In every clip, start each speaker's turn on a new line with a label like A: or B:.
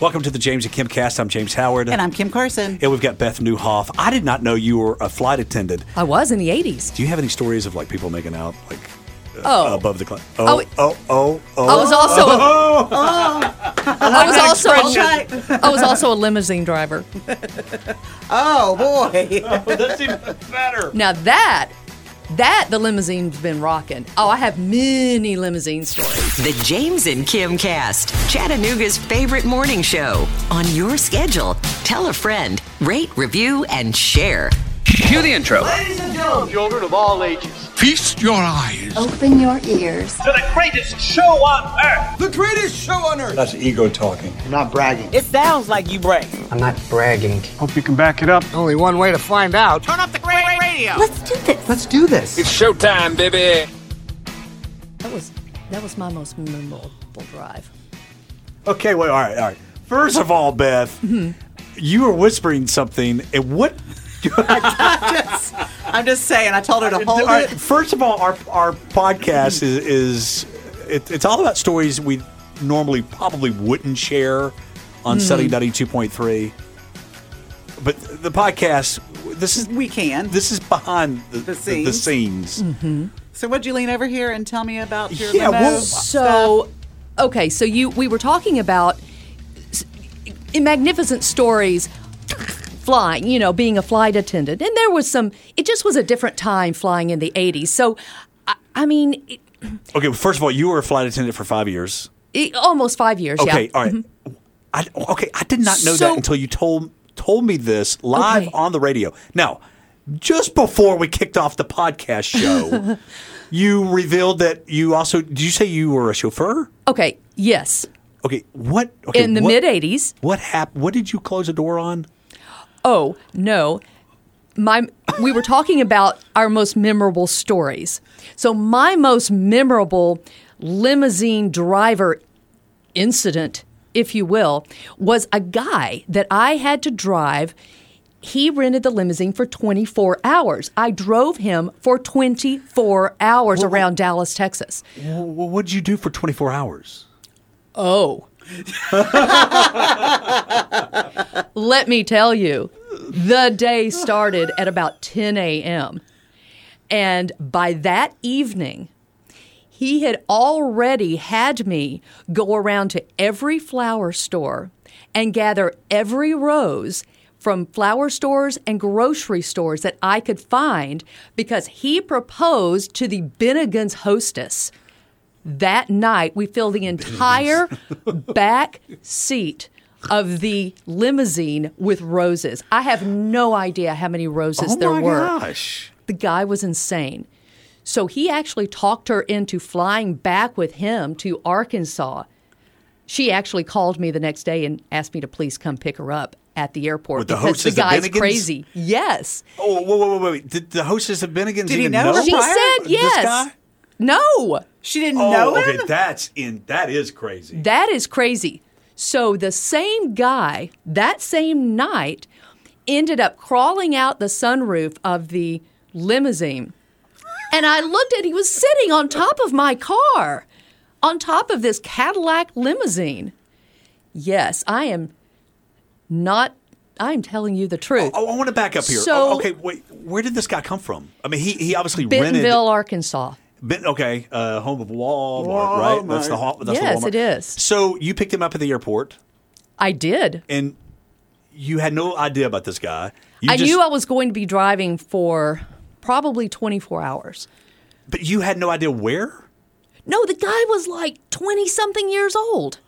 A: Welcome to the James and Kim cast. I'm James Howard.
B: And I'm Kim Carson.
A: And we've got Beth Newhoff. I did not know you were a flight attendant.
C: I was in the 80s.
A: Do you have any stories of like people making out like uh,
C: Oh.
A: above the cloud?
C: Oh,
A: Oh,
C: it-
A: oh, oh, oh.
C: I was also a, I was
B: that
C: also
B: expression.
C: I was also a limousine driver.
B: Oh boy.
D: That's even better.
C: Now that that the limousine's been rocking. Oh, I have many limousine stories.
E: The James and Kim Cast, Chattanooga's favorite morning show. On your schedule, tell a friend, rate, review, and share.
D: Cue the intro.
F: Ladies and gentlemen, children of all ages,
G: Feast your eyes.
H: Open your ears.
D: to the greatest show on earth.
G: The greatest show on earth.
I: That's ego talking.
F: I'm not bragging.
J: It sounds like you brag.
K: I'm not bragging.
G: Hope you can back it up.
K: Only one way to find out.
J: Turn off the great radio.
H: Let's do this.
F: Let's do this.
G: It's showtime, baby.
C: That was that was my most memorable drive.
A: Okay, wait, all right, all right. First of all, Beth, you were whispering something, and what?
B: I'm just saying. I told her to hold
A: all right,
B: it.
A: first of all, our our podcast is, is it, it's all about stories we normally probably wouldn't share
B: Hmm.
A: on Study Nutty 2.3. But the podcast, this is
B: We can.
A: this is behind the, the, the
B: scenes. Hmm.
A: scenes.
B: So would you lean over here and tell me about your
A: Yeah,
B: limo
A: well-
C: So, okay, so you we were talking about s- in magnificent stories flying, you know, being a flight attendant. And there was some it just was a different time flying in the 80s. So I, I mean, it,
A: Okay, well, first of all, you were a flight attendant for five years.
C: it- E, almost 5 years, yeah.
A: Okay, all right.
B: Mm-hmm.
A: I, okay, I did not know
C: So-
A: that until you told told me this live
C: Okay.
A: on the radio. Now, just before we kicked off the podcast show, you revealed that you also did you say you were a chauffeur?
C: Okay, yes.
A: Okay, what okay,
C: In the
A: what-
C: mid 80s.
A: What happened? What did you close the door on?
C: Oh, no. My we were talking about our most memorable stories. So my most memorable limousine driver incident, if you will, was a guy that I had to drive. He rented the limousine for 24 hours. I drove him for 24 hours around Dallas, Texas.
A: Well, what did you do for twenty four hours?
C: Oh. Let me tell you, the day started at about 10 a.m. And by that evening, he had already had me go around to every flower store and gather every rose from flower stores and grocery stores that I could find because he proposed to the Bennigan's hostess. That night, we filled the entire back seat of the limousine with roses. I have no idea how many roses
A: oh
C: there
A: my
C: were
A: gosh!
C: the guy was insane. So he actually talked her into flying back with him to Arkansas. She actually called me the next day and asked me to please come pick her up at the airport
A: With the
C: because the
A: hostess at
C: guy's
A: Bennigan's?
C: crazy. Yes.
A: Oh, whoa, whoa, whoa, wait! Did the hostess of Bennigan's
B: Did he
A: even
B: know her
C: She
B: prior?
C: said
A: Oh, This
C: yes.
A: guy?
C: No.
B: She didn't
A: Oh,
B: know him.
A: okay, that's in that is crazy.
C: That is crazy. So the same guy that same night ended up crawling out the sunroof of the limousine. And I looked at he was sitting on top of my car, on top of this Cadillac limousine. Yes, I am not I am telling you the truth.
A: Oh, I want to back up here.
C: So-
A: Oh, okay, wait. Where did this guy come from? I mean, he he obviously
C: Bentonville, Arkansas.
A: rented. Ben, okay, uh, home of Walmart, right? That's the hall. That's
C: Yes,
A: the Walmart.
C: it is.
A: So you picked him up at the airport,
C: I did.
A: and you had no idea about this guy. You
C: I
A: just-
C: knew I was going to be driving for probably 24 hours.
A: but you had no idea where.
C: No, the guy was like twenty something years old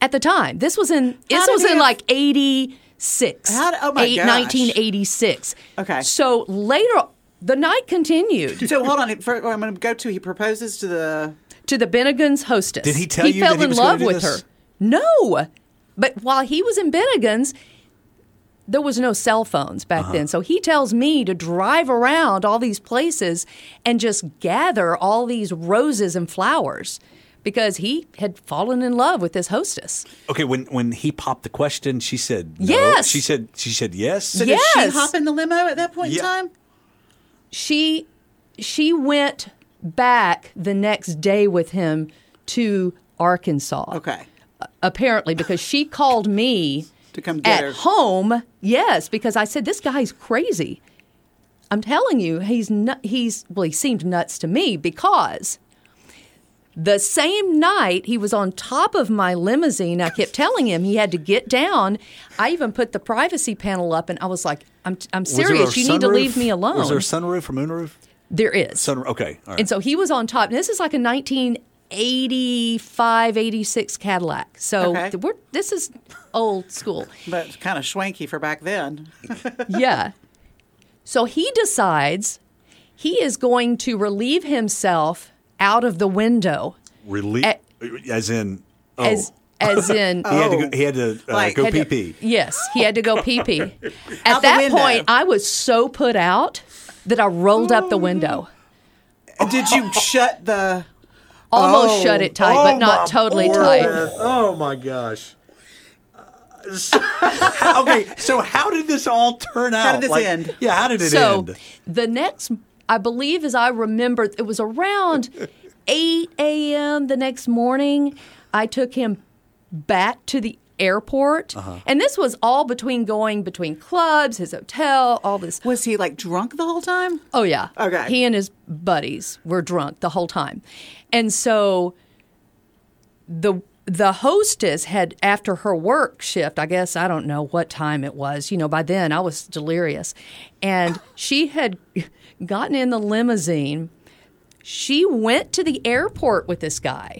C: at the time. This was in this
B: did
C: was
B: he
C: in
B: have-
C: like eighty six.
B: How d- oh my gosh.
C: 1986.
B: Okay.
C: So later the night continued
B: So hold on. For, I'm going to go to. He proposes to the.
C: to the Bennigan's hostess.
A: Did he tell
C: he
A: you
C: fell
A: that he
C: in
A: was gonna
C: love
A: do
C: with
A: this?
C: her? No. But while he was in Bennigan's, there was no cell phones back
A: Uh-huh.
C: then. So he tells me to drive around all these places and just gather all these roses and flowers because he had fallen in love with this hostess.
A: Okay, when when he popped the question, she said no.
C: Yes.
A: She said she said yes.
B: So did
C: Yes.
B: she hop in the limo at that point
A: Yeah.
B: in time?
C: she she went back the next day with him to Arkansas.
B: Okay.
C: apparently, because she called me
B: to come get
C: at
B: her.
C: home. Yes, because I said this guy's crazy. I'm telling you, he's nut. He's well, he seemed nuts to me because the same night he was on top of my limousine. I kept telling him he had to get down. I even put the privacy panel up, and I was like, "I'm, I'm
A: Was there a
C: serious. You need to
A: sunroof?
C: leave me alone."
A: Was there a sunroof or moonroof?
C: there is.
A: Sunroof. Okay. All right.
C: And so he was on top. And this is like a 1985, 86 Cadillac. So
B: Okay.
C: th- we're, this is old school.
B: But kind of swanky for back then.
C: yeah. So he decides he is going to relieve himself out of the window
A: Relief,
C: Eh.
A: as in, oh,
C: as as in
A: he had to go, he had to uh,
B: Like-
A: go
C: had to-
A: pee pee.
C: Yes, he had to go pee pee. At
B: the
C: that
B: window.
C: point, I was so put out that I rolled up the window.
A: Oh.
B: Did you shut the?
C: Almost
B: Oh.
C: shut it tight, but not totally tight.
A: Oh my gosh. Uh, okay, so how did this all turn out?
B: did this end?
A: Yeah, how did it
C: so
A: end?
C: the next i believe as i remember it was around 8 a.m the next morning i took him back to the airport
A: Uh-huh.
C: and this was all between going between clubs his hotel all this
B: Was he like drunk the whole time?
C: Oh yeah.
B: Okay.
C: He and his buddies were drunk the whole time. And so the the hostess had after her work shift, I guess I don't know what time it was. You know, by then I was delirious. And she had gotten in the limousine. She went to the airport with this guy.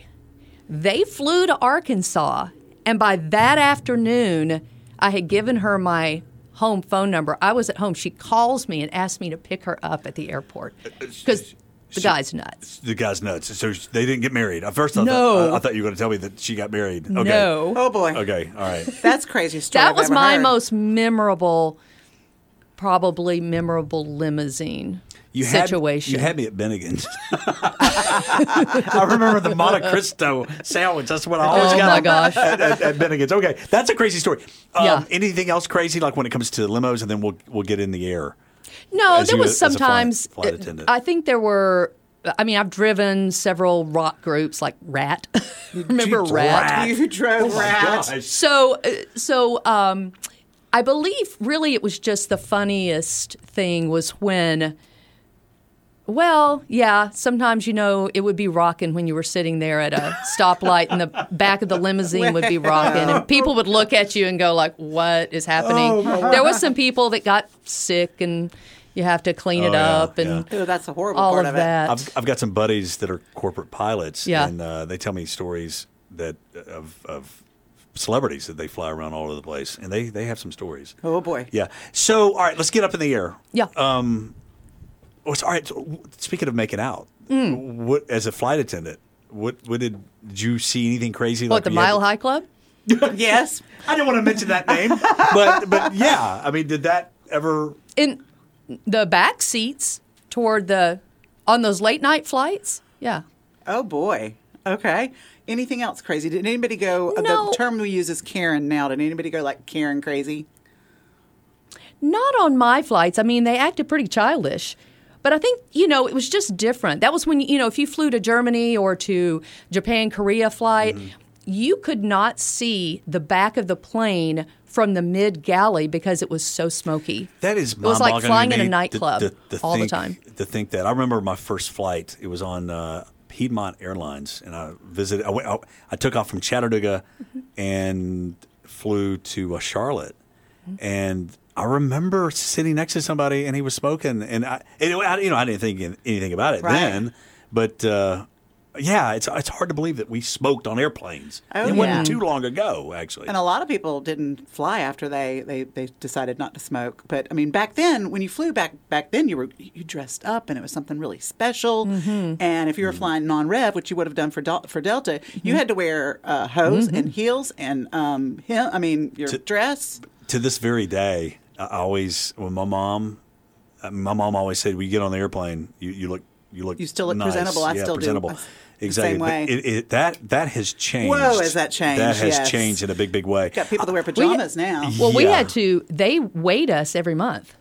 C: They flew to Arkansas, and by that afternoon, I had given her my home phone number. I was at home. She calls me and asks me to pick her up at the airport
A: Uh,
C: because the guy's nuts.
A: The guy's nuts. So they didn't get married. At first, I, thought,
C: No.
A: I, I thought you were going to tell me that she got married. Okay.
C: No.
B: Oh boy,
A: Okay. All right.
B: that's crazy story.
C: That
B: I've
C: was
B: ever
C: my
B: heard.
C: most memorable, probably memorable limousine
A: You had,
C: situation.
A: You had me at Bennigan's. I remember the Monte Cristo sandwich. That's what I always
C: Oh,
A: got
C: my
A: at-
C: gosh.
A: At, at, at Bennigan's. Okay, that's a crazy story. Um,
C: Yeah.
A: Anything else crazy, like when it comes to limos, and then we'll we'll get in the air.
C: No,
A: as
C: there
A: you-
C: was
A: as a flight-
C: sometimes. uh,
A: flight attendant?
C: I think there were. I mean, I've driven several rock groups like Rat. Remember Rat?
B: You
A: Oh,
B: drove rat.
C: So, uh, so um, I believe really it was just the funniest thing was when. Well, yeah. Sometimes you know it would be rocking when you were sitting there at a stoplight, and the back of the limousine would be rocking, and people would look at you and go like, "What is happening?"
B: Oh,
C: there was some people that got sick, and you have to clean it
A: Oh, yeah,
C: up, and
B: Ew, that's a horrible
C: all
B: part
C: of,
B: of, it.
C: that.
A: I've, I've got some buddies that are corporate pilots,
C: Yeah.
A: and uh, they tell me stories that of, of celebrities that they fly around all over the place, and they they have some stories.
B: Oh boy.
A: Yeah. So, all right, let's get up in the air. Uh,
C: yeah.
A: Um, Oh, it's- all right. so, w- Speaking of making out,
C: Mm.
A: what as a flight attendant, what what did, did you see anything crazy?
C: what the
A: you had
C: Mile
A: to-
C: High Club?
B: Yes.
A: I didn't want to mention that name, but but yeah, I mean, did that ever?
C: in the back seats toward the on those late night flights. Yeah.
B: Oh boy. Okay. Anything else crazy? Did anybody go? uh,
C: No.
B: The term we use is Karen now. Did anybody go like Karen crazy?
C: Not on my flights. I mean, they acted pretty childish. But I think, you know, it was just different. That was when, you know, if you flew to Germany or to Japan, Korea flight,
A: Mm-hmm.
C: you could not see the back of the plane from the mid galley because it was so smoky.
A: That is
C: It was like
A: mind-boggling to
C: flying in a
A: me to-
C: nightclub
A: to- to
C: all the
A: think-
C: time.
A: To think that I remember my first flight, it was on uh, Piedmont Airlines, and I visited. I, went, I, I took off from Chattanooga and flew to uh, Charlotte, and I remember sitting next to somebody, and he was smoking, and I, anyway, I you know, I didn't think an- anything about it
B: Right.
A: then, but. Uh, yeah, it's it's hard to believe that we smoked on airplanes.
B: Oh,
A: it
B: yeah.
A: wasn't too long ago, actually.
B: And a lot of people didn't fly after they, they, they decided not to smoke. But I mean, back then, when you flew back back then, you were you dressed up, and it was something really special.
C: Mm-hmm.
B: And if you were flying non-rev, which you would have done for Del- for Delta,
C: Mm-hmm.
B: you had to wear uh, hose and heels and um, hem- I mean, your dress.
A: to this very day, I I always when my mom, uh, my mom always said, "We get on the airplane, you, you look, you look,
B: You still look
A: nice.
B: presentable. I
A: yeah,
B: still do.
A: presentable.
B: I- the
A: Exactly.
B: same
A: But
B: way.
A: It, it, that that has changed.
B: Whoa, has that changed?
A: That has
B: Yes.
A: changed in a big, big way.
B: Got people that wear pajamas now.
C: Well, we
A: Yeah.
C: had to, they weighed us every month.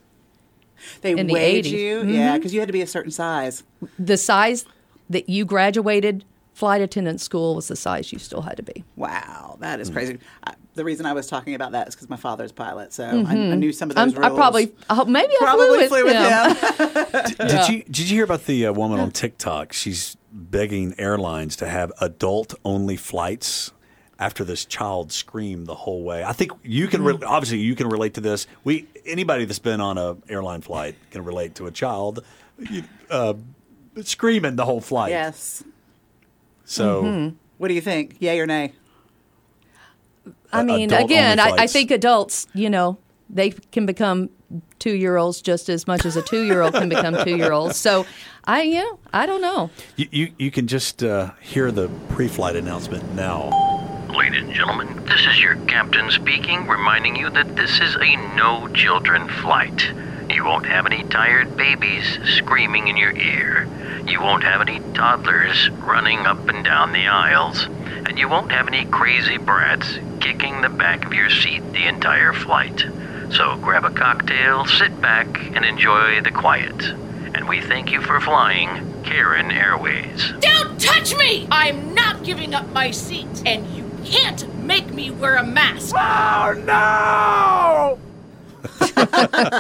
B: They
C: in the Mm-hmm.
B: weighed
C: 80s.
B: you, yeah, because you had to be a certain size.
C: the size that you graduated flight attendant school was the size you still had to be.
B: Wow, that is crazy. I, the reason I was talking about that is because my father's pilot, so I, I knew some of those
C: Mm-hmm. I'm,
B: rules.
C: I probably, oh, maybe
B: probably
C: I flew with, him.
B: him.
A: Did you did you hear about the uh, woman on TikTok? She's begging airlines to have adult only flights after this child screamed the whole way. I think you can re- obviously you can relate to this. We anybody that's been on a airline flight can relate to a child you- uh, screaming the whole flight.
B: yes.
A: So
B: What do you think? Yay or nay?
C: I mean,
A: adult-only
C: again, I, I
A: flights.
C: think adults, you know, they can become two year olds just as much as a two year old can become two year olds. So I, you know, I don't know.
A: you, you you can just uh, hear the pre-flight announcement now.
H: Ladies and gentlemen, this is your captain speaking, reminding you that this is a no children flight. You won't have any tired babies screaming in your ear. You won't have any toddlers running up and down the aisles. And you won't have any crazy brats kicking the back of your seat the entire flight. So grab a cocktail, sit back, and enjoy the quiet. And we thank you for flying Karen Airways.
I: Don't touch me! I'm not giving up my seat, and you can't make me wear a mask.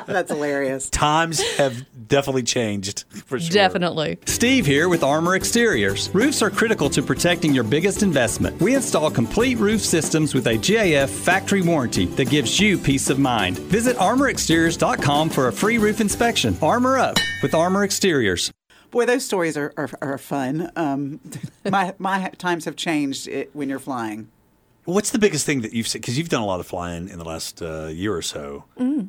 B: That's hilarious.
A: Times have definitely changed for sure.
C: Definitely.
L: Steve here with Armor Exteriors. Roofs are critical to protecting your biggest investment. We install complete roof systems with a GAF factory warranty that gives you peace of mind. Visit armorexteriors.com for a free roof inspection. Armor up with Armor Exteriors.
B: Boy, those stories are, are, are fun. Um, my, my times have changed it, when you're flying.
A: What's the biggest thing that you've seen? Because you've done a lot of flying in the last uh, year or so. Uh,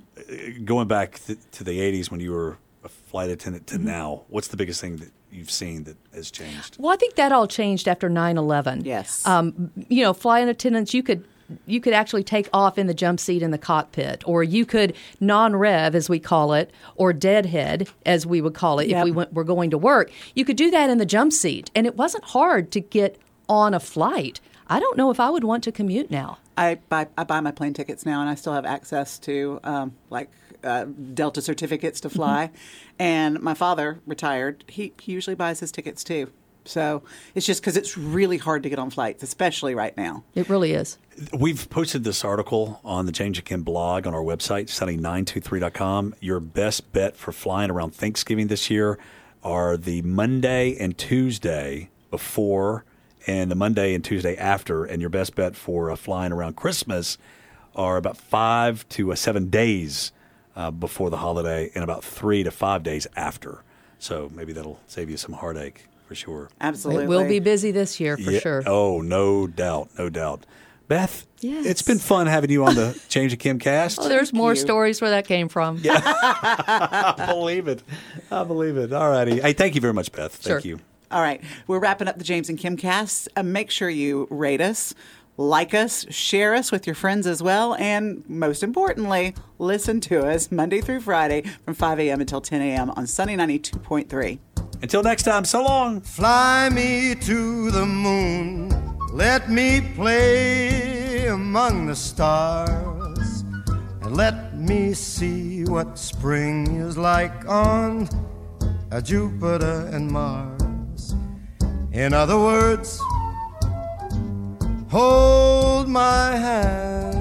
A: Going back th- to the 80s when you were a flight attendant to now, what's the biggest thing that you've seen that has changed?
C: Well, I think that all changed after 9 11.
B: Yes.
C: Um, you know, flying attendants, you could. You could actually take off in the jump seat in the cockpit, or you could non rev, as we call it, or deadhead, as we would call it if
B: Yep.
C: we went, were going to work. You could do that in the jump seat, and it wasn't hard to get on a flight. I don't know if I would want to commute now.
B: I buy, I buy my plane tickets now, and I still have access to um, like uh, Delta certificates
C: Mm-hmm.
B: to fly. And my father retired; he, he usually buys his tickets too. So it's just because it's really hard to get on flights, especially right now.
C: It really is.
A: We've posted this article on the Change Again blog on our website, sunny923.com. Your best bet for flying around Thanksgiving this year are the Monday and Tuesday before and the Monday and Tuesday after. And your best bet for uh, flying around Christmas are about five to uh, seven days uh, before the holiday and about three to five days after. So maybe that'll save you some heartache for sure.
B: Absolutely,
C: It will be busy this year for
A: Yeah.
C: sure.
A: Oh, no doubt, no doubt. Beth,
C: Yes.
A: it's been fun having you on the Change of Kim cast.
C: Oh, there's more stories where that came from. Yeah.
A: I believe it. I believe it. All righty. Hey, thank you very much, Beth. Thank
C: Sure.
A: you.
B: All right, we're wrapping up the James and Kim cast. Uh, make sure you rate us, like us, share us with your friends as well, and most importantly, listen to us Monday through Friday from 5 a.m. until 10 a.m. on Sunny 92.3.
A: Until next time, so long.
G: Fly me to the moon. Let me play among the stars. And let me see what spring is like on uh, Jupiter and Mars. In other words, hold my hand.